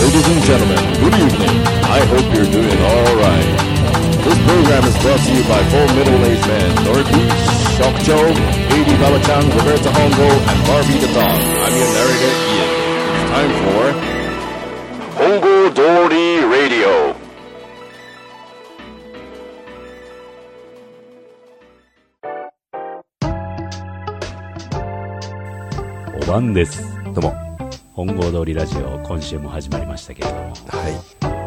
Ladies and gentlemen, good evening. I hope you're doing all right. This program is brought to you by four middle-aged men, Dorothy, Shock Joe, Lady Baba-chan, Roberta Hongo, and Barbie the Dog. I'm your narrator, Ian. It's time for Hongo Dory Radio. おばんです。どうも。本郷通りラジオ、今週も始まりましたけれども、はい。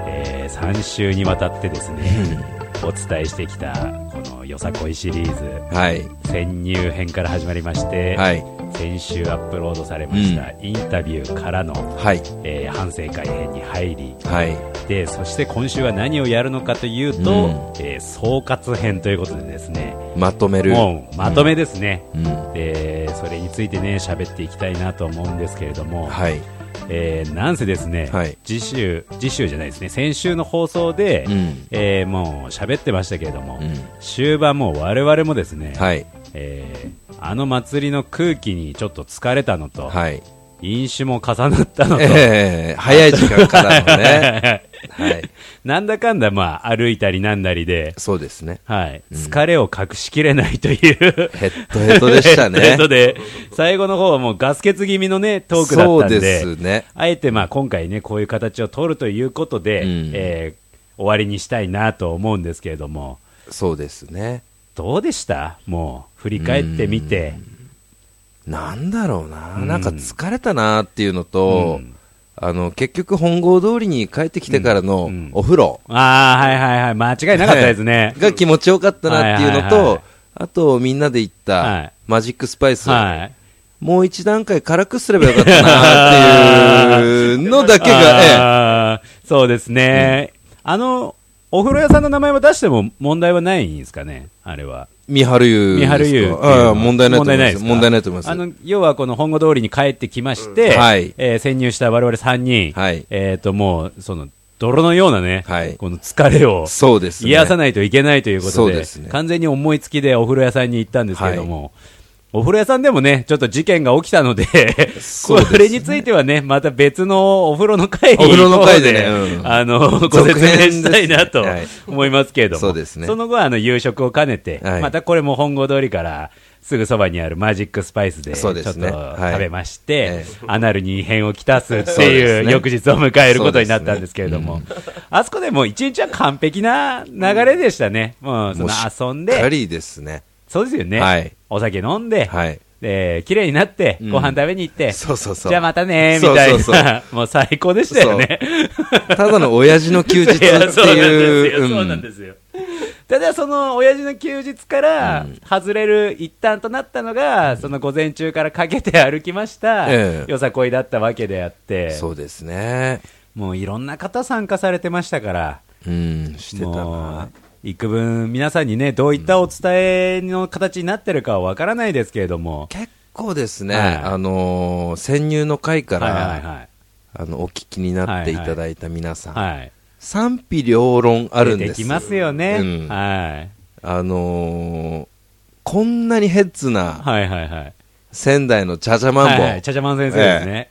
え3週にわたってですね、お伝えしてきた、このよさこいシリーズ、はい。潜入編から始まりまして、はい。先週アップロードされました、インタビューからの、はい。えー反省会編に入り、はい。で、そして今週は何をやるのかというと、えー総括編ということでですね、まとめる。もうまとめですね。うん。うん。でそれについてね喋っていきたいなと思うんですけれども、はい。えーなんせですね、はい次週次週じゃないですね先週の放送で、うん。えーもう喋ってましたけれども、うん。終盤もう我々もですね、はい。えーあの祭りの空気にちょっと疲れたのと、はい。飲酒も重なったのと、ええ早い時間からのね。 はい。なんだかんだまあ歩いたりなんだりで、そうですね。はい、疲れを隠しきれないという。ヘッドヘッドでした えっね。とで、最後の方はもうガス欠気味のね、トークだったんで。そうですね。あえてまあ今回ね、こういう形を取るということで、うんえー終わりにしたいなと思うんですけれども、そうですね。どうでしたもう、振り返ってみて。なんだろうな。うんなんか疲れたなっていうのと、うんあの、結局本郷通りに帰ってきてからのうんお風呂ああ、はいはいはい、間違いなかったです ね。が気持ちよかったなっていうのはいはいはとい、あとみんなで行っはいたマジックスパイスはい。もう一段階辛くすればよかったなっていうのだ けが、えあーそうですね。あの、お風呂屋さんの名前は出しても問題はないんですかねあれは。え、三春三湯ですか。春湯っていうのあは。あ問題ないと思います。問題ないと思いあます。の、要はこの本郷通りに帰ってきまして、うんはいえー潜入した我々3人、はいえっ、と、もう、その、泥のようなね、はいこの疲れをそうですね。癒さないといけないということそうで、ですね完全に思いつきでお風呂屋さんに行ったんですけれども、お風呂屋さんでもね、ちょっと事件が起きた ので、そうですねこれについてはね、また別のお風呂の会お風呂の回でねの方でうんあ の、ご説続明編ですしねたいなとはい思いますけれども、そうですねその後はあの夕食を兼ねて、はいまたこれも本郷通りから、すぐそばにあるマジックスパイスで、ちょそっうとです食ねはいべましえて、アナルに異変をきたすってそうでいすうね翌日を迎えることになったんですけれども、 あそこでもう一日は完璧な流れでしたね。もうそもうしの遊んしっかで、りですね。そうですよね。はいお酒飲んで、はい。で、綺麗になって、うんご飯食べに行って、そうそうそう。じゃあまたねみたいな、 そうそうもう最高でしたよね。 ただの親父の休日っていやそうなんですいよう。そうなんんですよ。ただその親父の休日から外れる一端となったのが、その午前中からかけて歩きました、ええよさこいだったわけであって、そうですね。もういろんな方参加されてましたから、うん、してたな。う幾分皆さんにね、どういったお伝えの形になってるかはわからないですけれども、結構ですね、はいあのー、潜入の回かはいはいら、はい。あの、お聞きになっていただいた皆さん、はい、賛否両論あるん出でてすきますよね、うんはい。あのー、こんなにヘッズなはいはいはい。仙台のチャチャマンボ、はいはい、ちゃちゃまん先生ですね。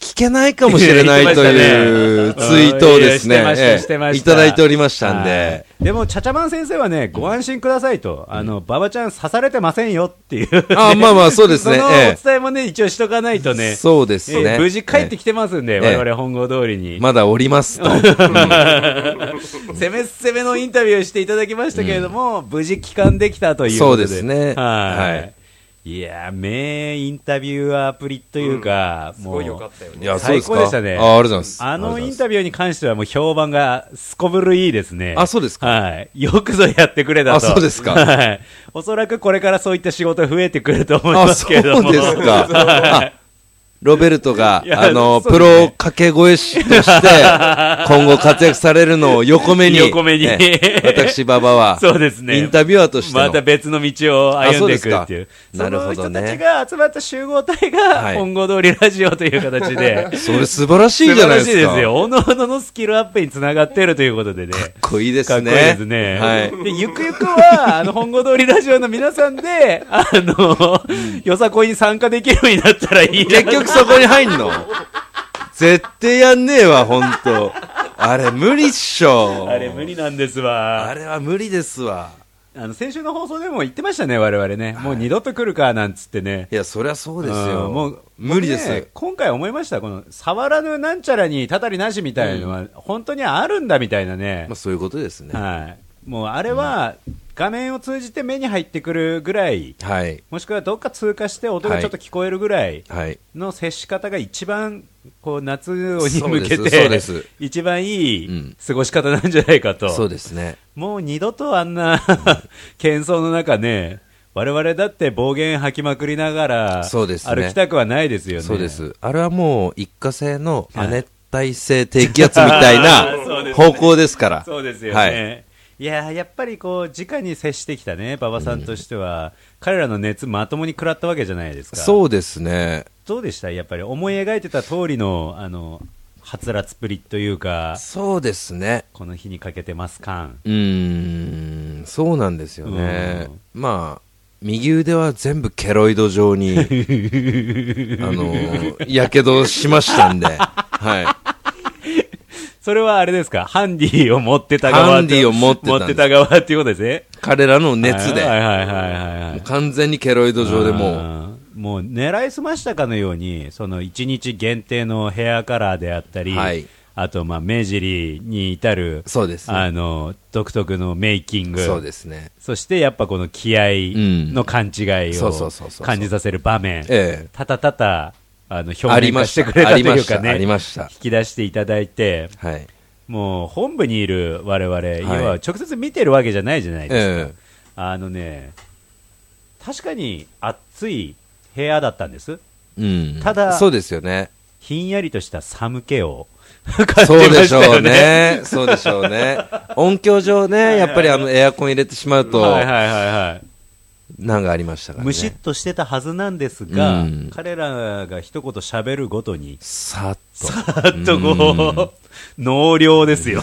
聞けないかもしれないというツイートをですしね、てましたええしてましたいただいておりましたんで、はいでも、ちゃちゃまん先生はね、ご安心くださいと、あの、馬場ちゃん刺されてませんよっていう。あまあまあそうですね そのおええ伝えもね、一応しとかないとね。そうですねええ無事帰ってきてますんで、ええ我々本郷通りに。まだおりますと。攻め攻めのインタビューをしていただきましたけれども、無事帰還できたということで。そうですはねい。はいい、やー、名インタビューアプリというか、もう。すごい良かったよね。いや、そう最ですか。高でしたね。あありがとうございます。あのインありがとうございますタビューに関してはもう評判がすこぶるいいですね。あそうですかはい。よくぞやってくれたと。あそうですかはい。おそらくこれからそういった仕事増えてくると思いますけれども。あそうですかはいロベルトがい、やあの、そうでプすねロ掛け声師 として、今後活躍されるのを横目に、横目にね私、馬場は、そうですねインタビュアーとしての、また別の道を歩んでいくっていう。あそうですかなるほどねその人たちが集まった集合体はが、い本郷通りラジオという形 で。それ素晴らしいじゃないで素晴らすか。しいですよ。おのおののスキルアップにつながっているということでね。かっこいいですかっこいね。いですね。はい。で、ゆくゆくは、あの、本郷通りラジオの皆さんで、あの、よさこいに参加できるようになったらいいな結局そこに入んの絶対やんねえわ、ほんと。あれ無理っしょ。あれ無理なんですあわ。れは無理ですわ。あの、先週の放送でも言ってましたね、我々ね。もう二度と来るか、なんつってねい。や、そりゃそうですよ。んもう、無理で僕ねす。今回思いました。この、触らぬなんちゃらに、たたりなしみたいなのは、本当にあるんだみたいなねまあ、。そういうことですね。はい。もう、あれは、画面を通じて目に入ってくるぐらい、はい。もしくはどっか通過して音がちょっと聞こえるぐらいはい。の接し方が一番、こう、夏に向けそうですそうてです、一番いうんい過ごし方なんじゃないかと。そうですね。もう二度とあんな喧騒の中ね、我々だって暴言吐きまくりながら、そうですね歩きたくはないですよね。そうで。す。あれはもう一過性の亜熱帯性低気圧みたいあー そうなですね方向ですから。そうですよね。はい。い、やーやっぱりこう、直に接してきたね、馬場さんとしては、彼らの熱まともに食らったわけじゃないですか。そうですね。どうでしたやっぱり思い描いてた通りの、あの、はつらつぶりというか、そうですね。この日にかけてます感。うーん、そうなんですよね。まあ、右腕は全部ケロイド 状に、あの、やけどしましたんで、はい。それはあれですかハンディを持ってた側とハンディを持ってたん持ですってた側っていうことですね。彼らの熱で、はいはいはいはいはいもう完全にケロイド状でもう、あーもう狙いすましたかのようにその1日限定のヘアカラーであったり、はいあとまあ目尻に至るそうですね。あの独特のメイキングそうですね。そしてやっぱこの気合の勘違いそうそうそうをそう感じさせる場面ええたたたたあの表あり面ま化ししたてくれたというか ねありましたありま引き出していただいてはい。もう本部にいる我々、要は直接見てるわけじゃないじゃないですか、ええあのね、確かに暑い部屋だったんです。うん。ただそうです よね。ひんやりとした寒気を 感じそまうでししたょうよね。ね。そうでしょうね。音響上ね、やっぱりあのエアコン入れてしまうと、はいはいはいはい。なんかありましたからね。むしっとしてたはずなんですが、うん彼らが一言喋るごとに、さっと。さーっとこう、納涼です よ。。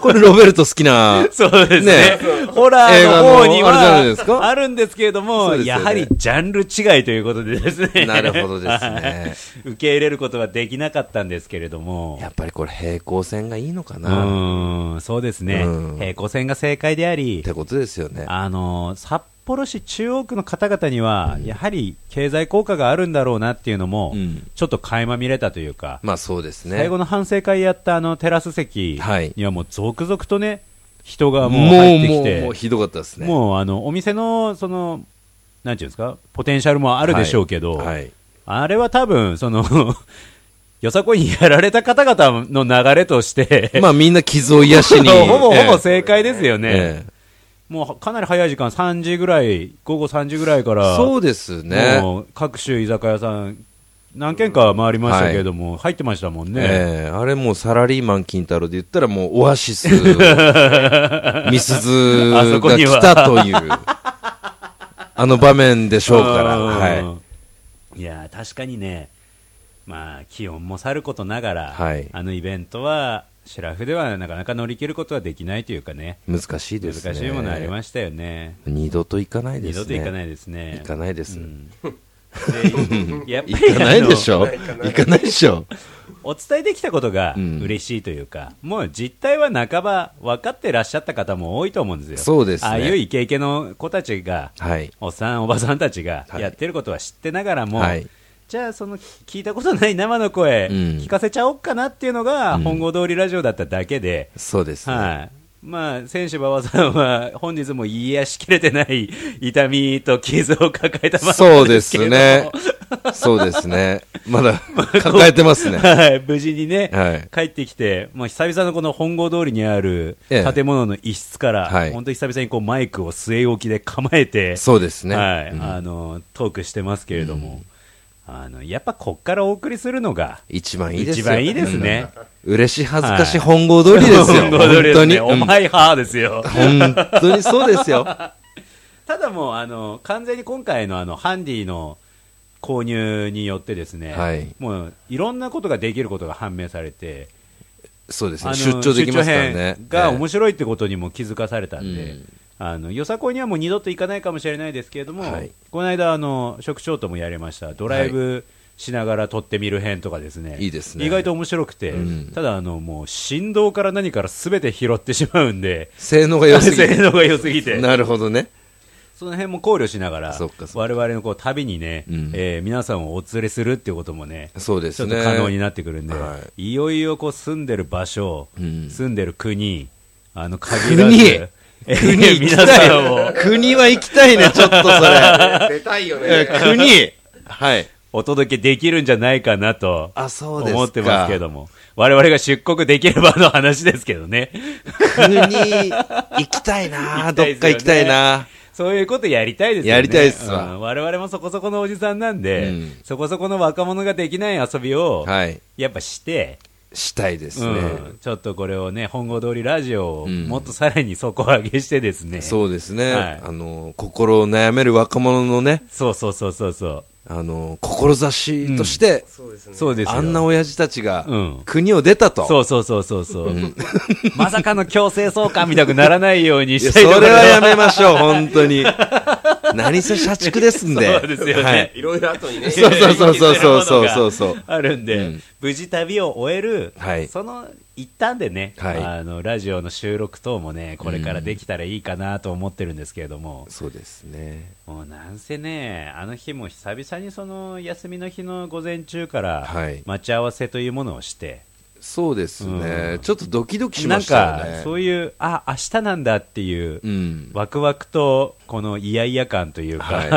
これロベルト好きなそうですねね。ホラーの方に映画のあれじゃないですはかあるんですけれどそうも、ですよやねはりジャンル違いということでですね。なるほどですねはい受け入れることができなかったんですけれども。 やっぱりこれ平行線がいいのかうなっーん、そうですねうん。平行線が正解でありて、ことですよね。あの、札幌市中央区の方々には、やはり経済効果があるんだろうなっていうのもうん、ちょっと垣間見れたというか、まあそうですね。最後の反省会やったあのテラス席はいにはもう続々とね、人がもうもう、入ってもきう、て、もうひどかったですね。もうあのお店のそのなんていうんですかポテンシャルもあるでしょうけど、はいはいあれは多分その よさこいにやられた方々の流れとして、まあみんな傷を癒し に。ほぼほぼえ正解ですよえね、ええもうかなり早い時間3時ぐらい午後3時ぐらいからそうですね。もう各種居酒屋さん何軒か回りましたけれども、入ってましたもんね、ええあれもうサラリーマン金太郎で言ったらもうオ アシス、ミスズあそこがには、来たという、あの場面でしょうから、はいやー確かにね、まあ、気温もさることながら、はいあのイベントは、シラフではなかなか乗り切ることはできないというかね、い。難しいですね。難しいものありましたよね、二度と行かないで二すね。度といかないですね。行かないです。でやっぱり 行かないでし あのょ行かないでしょお伝えできたことがうん嬉しいというか、もう実態は半ば分かってらっしゃった方も多いと思うんですよ。そうですねああいうイケイケの子たちが、はい。おっさん、おばさんたちがはいやってることは知ってながらも、はいじゃあ、その聞いたことない生の声、うん聞かせちゃおっかなっていうのが、うん本郷通りラジオだっただけで、そうですね。はいまあ、選手馬場さんは、本日も癒やしきれてない痛みと傷を抱えたままそうでですけすれどねも。そうですね。ま だ抱えてますね。はい、無事にね、はい帰ってきて、もう久々のこの本郷通りにあるええ建物の一室から、はい本当に久々にこうマイクを据え置きで構えて、そうですね。はい、うんあの、トークしてますけれども、あの、やっぱこっからお送りするのが、一番いいです一よ番いいです。ね。うん嬉しい恥ずかしいは本郷通りですよ。 本郷通り本です当に。ね。おうん前はーですよ。本当にそうですよ。ただもう、あの、完全に今回のあの、ハンディの購入によってですね、はいもう、いろんなことができることが判明されて、そうですあね。の出張できますからね出張。編が面白白いってことにも気づかされたんで、うんあのよさこいにはもう二度と行かないかもしれないですけれども、はいこの間あの、職長ともやりました、ドライブしながら撮ってみる編とかですね。いいですね意外と面白くて、ただあの、もう振動から何から全て拾ってしまうんで、性能が良すぎ 性能が良すぎて。なるほどね。その辺も考慮しながらそっかそっ、か我々のこう旅にね、えー皆さんをお連れするっていうこともね、そうですねちょっと可能になってくるんで、、はいよいよこう住んでる場所、ん住んでる国、あの限らず、国えー国行 き皆たさんをい。国は行 きたいね、ちょっとそれ。出たいよえね。国。はい。お届けできるんじゃないかなと、あそうですか思ってますけども、我々が出国できればの話ですけどね。 国行きたい行きな たどいですよっねか行きたいなそういうことやりたいですよね。やりたいっすわうん我々もそこそこのおじさんなんで、うんそこそこの若者ができない遊びを、はい。やっぱして、したいですね。うんちょっとこれをね、本郷通りラジオをんもっとさらに底上げしてですね。そうですね。はいあの、心を悩める若者のね、そうそうそうそうそう。あの、志として、そうですね。そうですよあんな親父たちがうん国を出たと。そうそうそうそうそう。まさかの強制送還みたくならないように いやしそたいところれはやめましょう、本当 に。何せ社畜ですんで。そうですよねはいいろいろ後にね。そうそうそうそうそうそうそうそう。あるんで、うん無事旅を終える、はいその一旦でね、はいあの、ラジオの収録等もね、これからできたらいいかなと思ってるんですけれども、そうですね。もうなんせね、あの日も久々にその休みの日の午前中からはい、待ち合わせというものをして、そうですねう。んちょっとドキドキしなまんしたよかね。、そういう、あ、明日なんだっていう、うん。ワクワクと、このイヤイヤ感というか、はい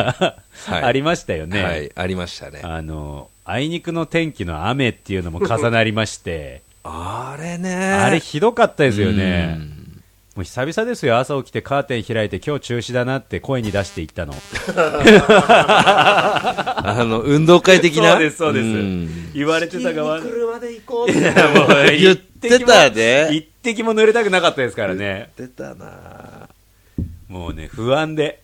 はい ありましたよね。はい、ありましたね。あの、あいにくの天気の雨っていうの も重なりまして、あれね。あれひどかったですよねう。もう久々ですよ、朝起きてカーテン開いて今日中止だなって声に出していったの。あの、運動会的な。そうです、そうでんす。言われて急たに側。車で行こうっていやもう言ってたで一滴も濡れたくなかったですからね。出たなもうね、不安で。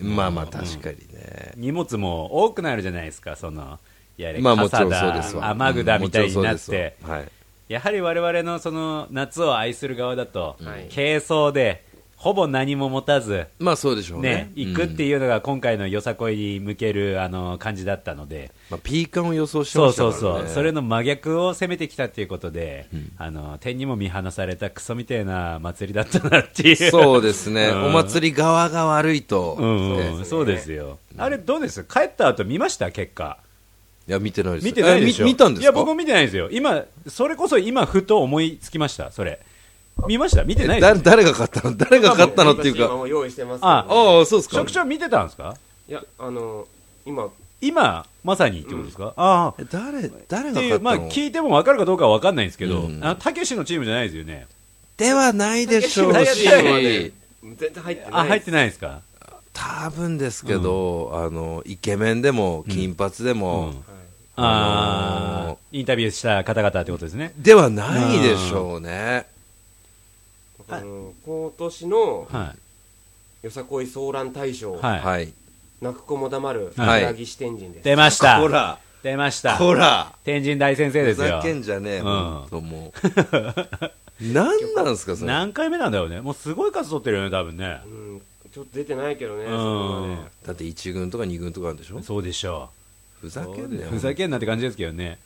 まあまあ、確かにね。荷物も多くなるじゃないですか、その、やれ、まあもちろ傘んそうだです、わ。雨具だうんみたいになっ。もちろんそうでて、すわはい。やはり我々のその夏を愛する側だとはい、軽装で、ほぼ何も持たず、まあそうでしょうねね。、行くってうん。いうのが今回のよさこいに向けるあの感じだったので、まあ、ピーカンを予想してそまうしたかそらうね。そう、それの真逆を攻めてきたということで、あの天にも見放されたクソみたいな祭りだったなっていう、そうですね、うんお祭り側が悪いと、うんうんねそうですよ、あれ、どうです、帰った後見ました、結果、いや、見てないです見てないでしょ、えみ見たんですかいや、僕も見てないですよ、今、それこそ今、ふと思いつきました、それ、見ました、見てないでだす誰が買ったの誰が買ったのっていう今か、も用意してます。あああ、そうですか職、長、見てたんですか、いや、あの、今、今、まさにってことですか、ああ、え誰誰っがていう、買ったの、まあ、聞いても分かるかどうかは分かんないんですけど、うんあのたけしのチームじゃないですよね、ではないでしょう大し丈夫はね、全然入ってない。あ入ってないですか、多分ですけど、あのイケメンでも金髪でうんも、ああのーインタビューした方々ってことですね、ではないでしょうね、あの、今年のはよさこい騒乱大賞い、、はい、はい泣く子も黙る、はい柳支天神です。出ました、こら出ました、こら天神大先生ふですざよ、けんじゃねえ、うんほん ともう何なんですかそれ何回目なんだろうね、もうすごい数取ってるよね、多分ね、うん、ちょっと出てないけどね、うそこはねん、だって1軍とか2軍とかあるんでしょそうでしょふう、ざけんなよふざけんなって感じですけどね。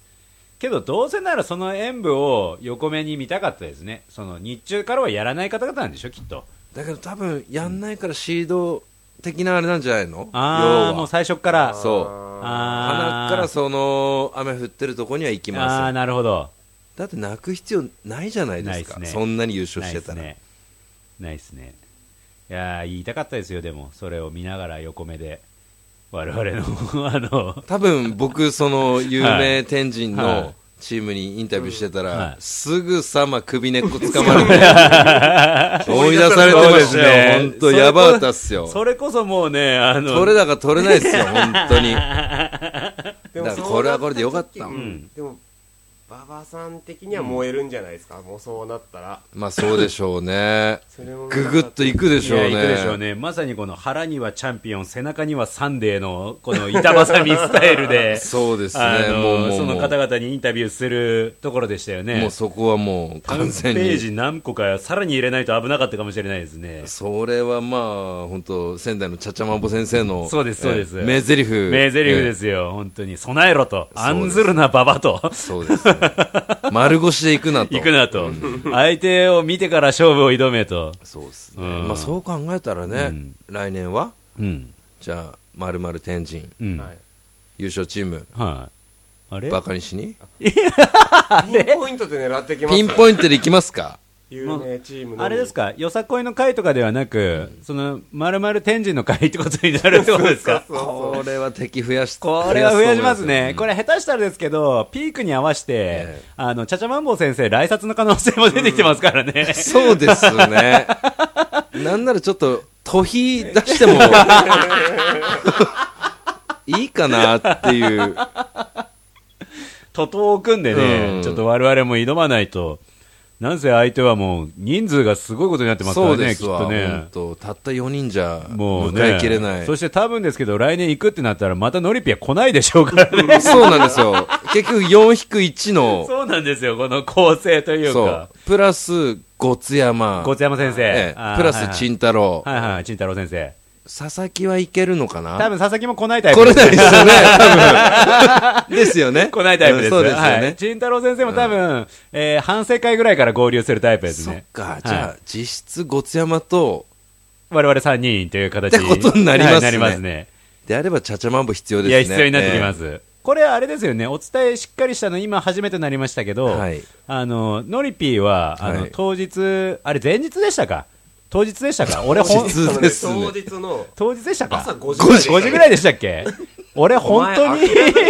けどどうせならその演舞を横目に見たかったですね、その日中からはやらない方々なんでしょ、きっと。だけど多分やんないからシード的なあれなんじゃないのああ、要もうは最初から。そうあ鼻ーからその雨降ってるとこには行きあまあ、せんなるほど。だって泣く必要ないじゃないですかないっすねそんなに優勝なしいてでたすら、ね。ないですね。いやー言いたかったですよ、でも、それを見ながら横目で、我々の、 あの、多分僕その有名天神はのいチームにインタビューしてたら、はいすぐさま首根っこ掴まれて 追い出されてましたよ本当やばかったっすよそれこそもうね、あの、取れ高取れないっすよ本当にでだからこれはこれでよかったうんでも馬場さん的には燃えるんじゃないですか、もうそうなったらまあそうでしょうねそれもググッといくでしょうねいや行くでしょうね。まさにこの腹にはチャンピオン、背中にはサンデーの、この板挟みスタイルで、 そうですねあのもうもうもうその方々にインタビューするところでしたよね。もうそこはもう完全ペーにジ何個かさらに入れないと危なかったかもしれないですね。それはまあ本当仙台のちゃちゃまんぼ先生のそうです、そうです。え名台詞名台詞でえすよ、本当に。備えろと。す案ずるな、馬場と。えそうです、ね、丸腰で行くなと行くなと。 相手を見てから勝負を挑めと。そうですね、うんまあそう考えたらね、来年はうん。じゃあ丸々天神うん。はい優勝チームはい。あれバカにしにピンポイントで狙ってきますピンポイントで行きますか有名チームのあれですか、よさこいの会とかではなく、その、まるまる天神の会ってことになるってことですかそうそうこれは敵増やしこれは増やしますね。増これ下手したらですけど、ピークに合わせてえ、あの、ちゃちゃまんぼう先生、来殺の可能性も出てきてますからね。やしそうですよそうですねなんならちょっと逃避出 してもいいかなっていう 徒党を組んでうねん、ちょっと我々も挑まないと。なんせ相手はもう、人数がすごいことになってますかそらうでね、きっすわとね本。当たった4人じゃもうね。迎えきれない、そして多分ですけど、来年行くってなったら、またノリピア来ないでしょうからね。そうなんで すよ結局4-1のそうなんですよ、この構成というそうか。プラスごつ山小津山先生ええ。プラスん陳太郎、はいはい、慎太郎先生。佐々木はいけるのかな多分佐々木も来ないタイプ来です。れないですよ ね、多分。ですよね。来ないタイプです。うんそうですよね。はい慎太郎先生も多分、えー反省会ぐらいから合流するタイプですそっね。か、じゃはあい、実質ごつ山と、我々3人という形ってことになりますねはいなりますね。であればちゃちゃまんぼ必要ですいね。や、必要になってきまえす。これ、あれですよね、お伝えしっかりしたの、今初めてなりましたけど、はいあの、ノリピーは、あの、はい当日、あれ、前日でしたか当日でしたか俺、ほん当日ですね当日の当日でしたか朝5時5時ぐらいでしたっけ俺、本当に。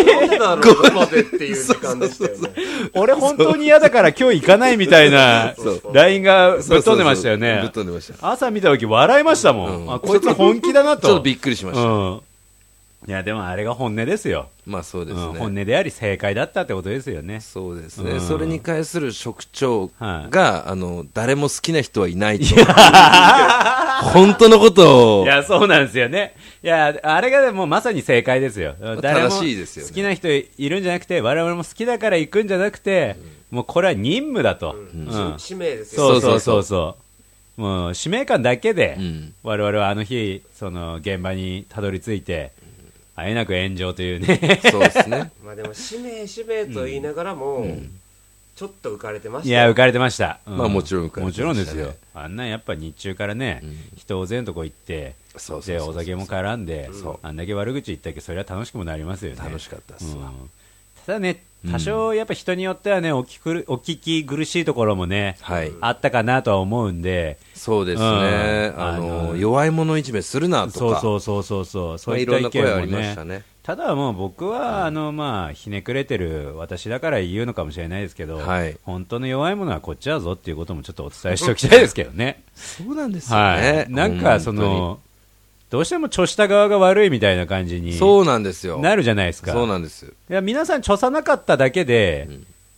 何だろうまでっていう時間でしたよね 俺本当に嫌だから今日行かないみたいなそうそ LINE がぶっそう飛んでましたよね。ぶっ飛んでました。ち朝見た時笑いましたもん。うんあ、こいつ本気だなと。ょっとびっくりしました。うん。いや、でもあれが本音ですよ。まあそうですうん、本音ね。であり正解だったってことですよね。そうですうね。んそれに対する職長はいが、あの、誰も好きな人はいないと。 本当のこといを、や、そうなんですよね。いや、あれがもうまさに正解ですよ。誰も正しいですよね好きな人いるんじゃなくて、我々も好きだから行くんじゃなくて、もうこれは任務だと。うん使命ですよそうそうそうそう。もう使命感だけで、うん我々はあの日、その現場にたどり着いて、あえなく炎上という ね。そうですね。まあでも使命使命と言いながらも、ちょっと浮かれてましいたよや、浮かれてました。うまあもちろん浮かれてましたねもちろんですよ。あんなんやっぱ日中からね、人を全とこ行って、そうそうで、そうお酒も絡んでそう、あんだけ悪口言ったけど、それは楽しくもなりますよね。楽しかったっすわうんただね、多少やっぱ人によってはね、お聞くお聞き苦しいところもね、はいあったかなとは思うんで、そうですね。うんああのの、弱い者いじめするなとか。そうそうそうそうそうそういっまたあ意いろんな声あ見りもまねしたねただもう僕は、あのまあひねくれてる私だから言うのかもしれないですけど、はい本当の弱いものはこっちやぞっていうこともちょっとお伝えしておきたいですけどね そうなんですよはね。いなんかそ本のどうしても著した側が悪いみたいな感じ当にに、そうなんですよ。なるじゃないですかそうなんです。いや皆さん著さなかっただけで、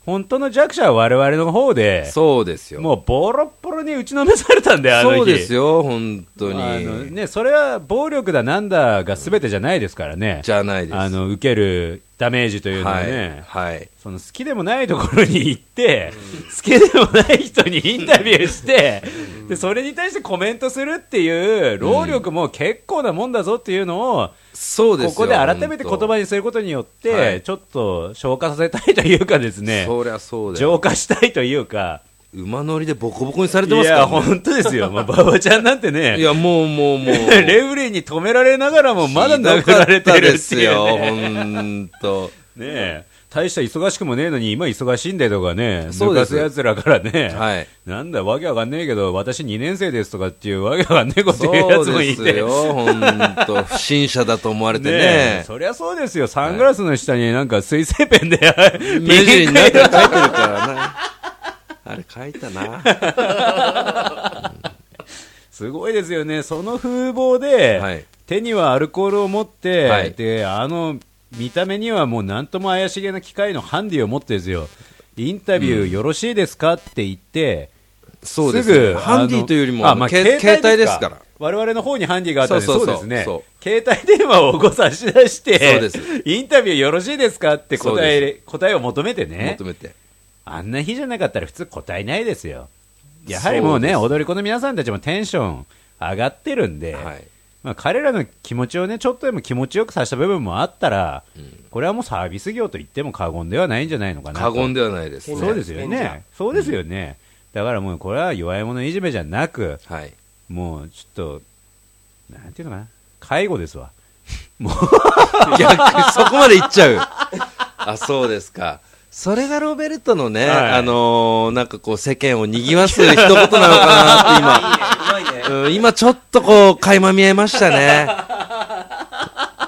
本当の弱者は我々の方でそうですよ。もうボロッボロに打ちのめされたんであの日そうですよ、本当に。あのね、それは暴力だなんだが全てじゃないですからね、じゃないです。あの受けるダメージというのはね、はい。はい。その好きでもないところに行って、好きでもない人にインタビューして、でそれに対してコメントするっていう労力も結構なもんだぞっていうのを、そうですよここで改めて言葉ににすることによっはて、いちょっと消化させたいというかですね、そりゃそうだよ。浄化したいというか、馬乗りでボコボコにされていますかや、ら、ね。本当ですよ、まあ、馬場ちゃんなんてね。いや、もうもうもう。 レフリーに止められながらもまだ殴られてるひどかったでってすいよ、うねね本当。え大した忙しくもねえのに今忙しいんだよとかねそうです抜かやつらからね、はいなんだわけわかんねえけど私2年生ですとかっていうわけわかんねえこと言うやそつうもでいすてよ、本当。不審者だと思われねてえね。そりゃそうですよサングラスの下になんか水性ペンで目尻になんか書いてるから な。あれ書いたな。すごいですよねその風貌で、はい手にはアルコールを持って、はいであの見た目にはもう何とも怪しげな機械のハンディを持ってですよインタビューよろしいですかって言って、そうですねぐハンディというよりもあのあまあけ携携帯ですから我々の方にハンディがあったんでそうそそううそですねうそ携帯電話をこう差し出してそうですインタビューよろしいですかって答そうえ答えを求めてね求めてあんな日じゃなかったら普通答えないですよやはりもうねそ踊り子の皆さんたちもテンション上がってるんで、はいまあ、彼らの気持ちをねちょっとでも気持ちよくさせた部分もあったら、これはもうサービス業と言っても過言ではないんじゃないのかな過と言ではないですねそうですよ賢者ね。そうですよね。だからもうこれは弱い者いじめじゃなく、はいもうちょっと、なんていうのかな。介護ですわ。逆にそこまでいっちゃう あそうですかそれがロベルトのね、はいあのーなんかこう世間を賑わす一言なのかなって今まいね。うん、今ちょっとこう、垣間見えましたね。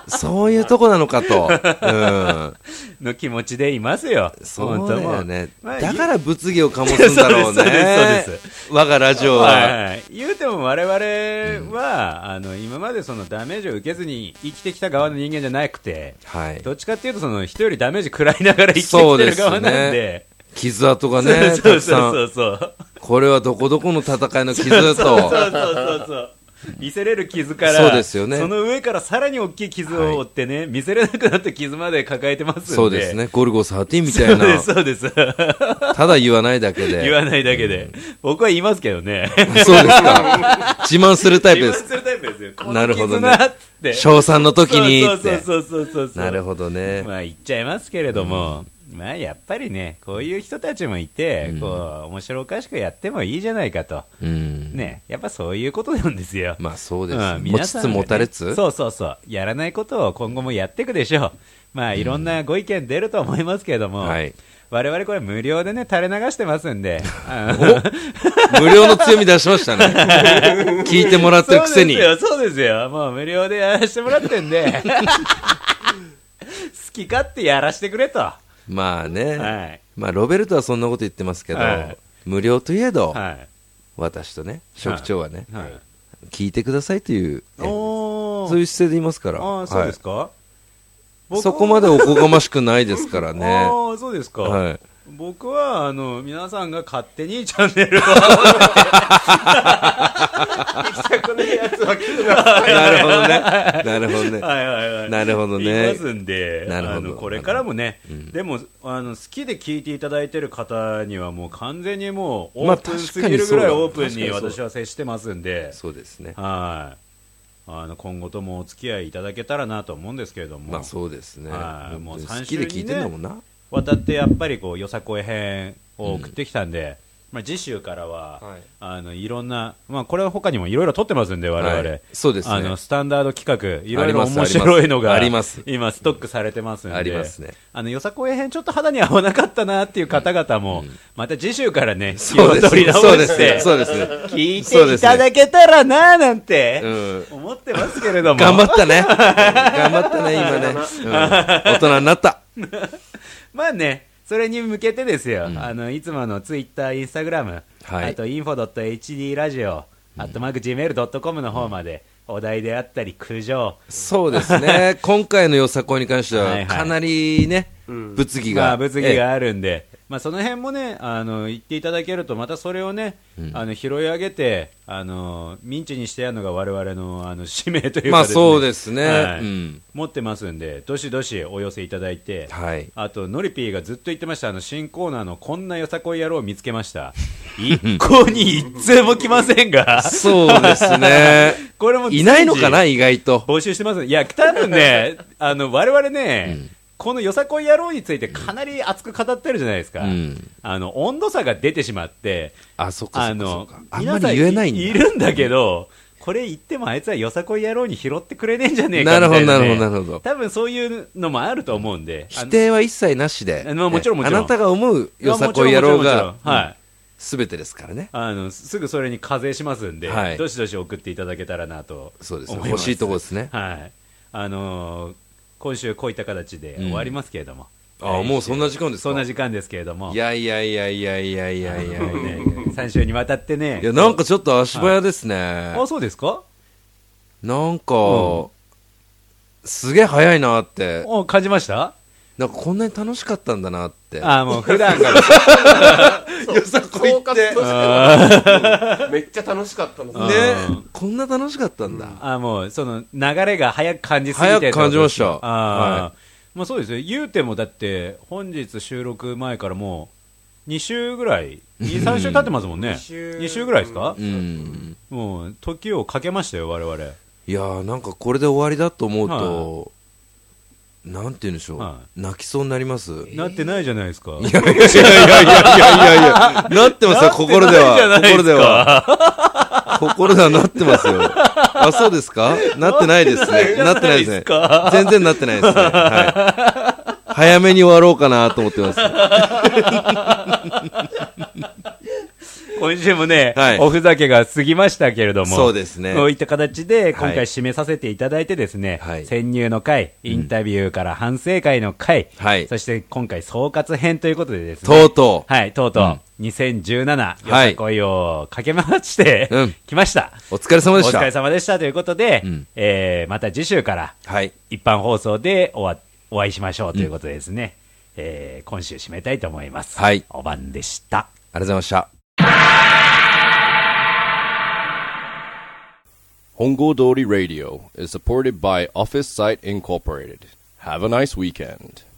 そういうとこなのか と。うん。の気持ちでいますよ。そうだよね。本当もうだから物議を醸すんだろ うそうでねすそうですそうで。我がラジオはいは。はい、言うても我々は、あの今までそのダメージを受けずに生きてきた側の人間じゃなくて、はい。どっちかっていうとその人よりダメージ食らいながら生きてきそうてでるすね側なんで、傷跡がね、そたうくそさうそん。うそう。これはどこどこの戦いの傷 そうそうそ跡。うそう。見せれる傷から、そうですよねその上からさらに大きい傷を負ってね、見せれなくなった傷まで抱えてますんで。そうですね。ゴルゴ13みそたいうでなす、。そうです。ただ言わないだけで。言わないだけで。僕は言いますけどね。そうですか。自慢するタイプで自慢す。するタイプですよ。このなるほど傷ねなって。賞賛の時にそうっそうて。そうそうそうそう。なるほどね。 まあ言っちゃいますけれども、まあやっぱりね、こういう人たちもいて、こう、面白おかしくやってもいいじゃないかと。うん。ね、やっぱそういうことなんですよ。まあそうです、うん持皆ちさんつがね持たれつそうそうそうやらないことを今後もやっていくでしょうまあいろんなご意見出ると思いますけれども、はい我々これ無料でね垂れ流してますん であの無料の強み出しまし たね聞いてもらってるくせにそうですよそうですよもう無料でやらせてもらってん で好き勝手やらせてくれとはまあね、はいまあロベルトはそんなこと言ってますけど、はい無料といえど、い、はい私とね職長はね、聞いてくださいというね、おそうーいう姿勢でいますからあーそうですはか、いそこまでおこがましくないですからで ねああそうですか、はい 僕はあの皆さんが勝手にチャンネ ルをこのやつは聞くな。なるほどねなるほどねはいはい はい、なるほどねいますんでなるほどあのこれからもね、でもあの好きで聞いていただいてる方にはもう完全にもうオまーあプンすぎるぐらいオープンに確かにそうだ私は接してますんで、そうですねはいあの今後ともお付き合いいただけたらなと思うんですけれども、まあそうですねはいもう本当に三好週きにねで聞いてんだもんな、渡ってやっぱりこうよさこい編を送ってきたんで、まあ、次週からは、はいあのいろんな、まあ、これは他にもいろいろ撮ってますんで、我々、はいそうですねあのスタンダード企画、いろいありろます面白いのがあります今、ストックされてますんで、ありますねあのよさこい編、ちょっと肌に合わなかったなっていう方々も、また次週からね、気そうをです取り直そうでしすて、そうですね 聞いていただけたらなーなんて、うん思ってますけれども。頑張ったね。頑張ったね、今ね。うん大人になった。まあね、それに向けてですよ、あのいつものツイッター、インスタグラム、はいあと info.hd ラジオ、アットマーク gmail.com の方まで、お題であったり、苦情、そうです ね。今回のよさこいに関してはいはは、いかなりね、物議が。まあ、物議えがあるんで、まあ、その辺もねあの言っていただけるとまたそれをね、あの拾い上げてあのミンチにしてやるのが我々のあの使命というか、まあそうですねはいうん持ってますんでどしどしお寄せいただいて、はいあとのりぴーがずっと言ってましたあの新コーナーのこんなよさこい野郎を見つけました 一向に一通も来ませんがえそうで すね。これもいないのかな、随時意外と。募集してますいや多分 ねあの我々ね、このよさこい野郎についてかなり熱く語ってるじゃないですか、うんあの温度差が出てしまってあ、そっかあそっかそっのか。あんま皆さり言えないんいだ。るんだけどこれ言ってもあいつはよさこい野郎に拾ってくれねえんじゃねえかなみるほたいどな、ね、なるほどなるほど多分そういうのもあると思うんであ否の定は一切なしで。あのもちろんねもちろんあなたが思うよさこいいや野もちろんもちろ郎んもがち、ろんはいすべてですからね。あのすぐそれに課税しますんで、はいどしどし送っていただけたらなとそうですね思いま欲しいとこですねはいあのー今週こういった形で終わりますけれども、あもうそんな時間ですかそんな時間ですけれどもいやいやいやいやいやいやいやいやいやい3週にわたってねや、なんかちょっと足早ですね。あそうですかなんか、すげえ早いなってお感じましたなんかこんなに楽しかったんだなって。ああ、もう普段から。よさこい総っ括としてて。はうんめっちゃ楽しかったの。ねね、こんな楽しかったんだ。あもうその流れが早く感じすぎて早く感じましたってことですねあ、はまあそうですよ言うてもだって本日収録前からもう2週ぐらい23週経ってますもんね二週2週ぐらいですかう、ん。もう時をかけましたよ我々、いやーなんかこれで終わりだと思うと、なんて言うんでしょう、は泣きそうになります。いなってないじゃないですかやいやいやいやいやいやなってますよ、心でなはっ。てないじゃないですか心では。心ではなってますよ。あ、そうですかなってないですね。なってないですね。全然なってないですね。はい。早めに終わろうかなと思って ます。今週もね、はいおふざけが過ぎましたけれどもそうですねこういった形で今はい回締めさせていただいてですね、はい潜入の回インタビューから反省会の回、はいそして今回総括編ということでですねとうとう、はい、とうとう、2017、よさこいをかけ回して、うん来ました。お疲れ様おでし疲れた。様でしたということで、うんえーまた次週からはい。一般放送でおわお会いしましょうということでですね、えー今週締めたいと思います。はいおばんでした。ありがとうございました。 Hongo Dori Radio is supported by Office Site Incorporated. Have a nice weekend.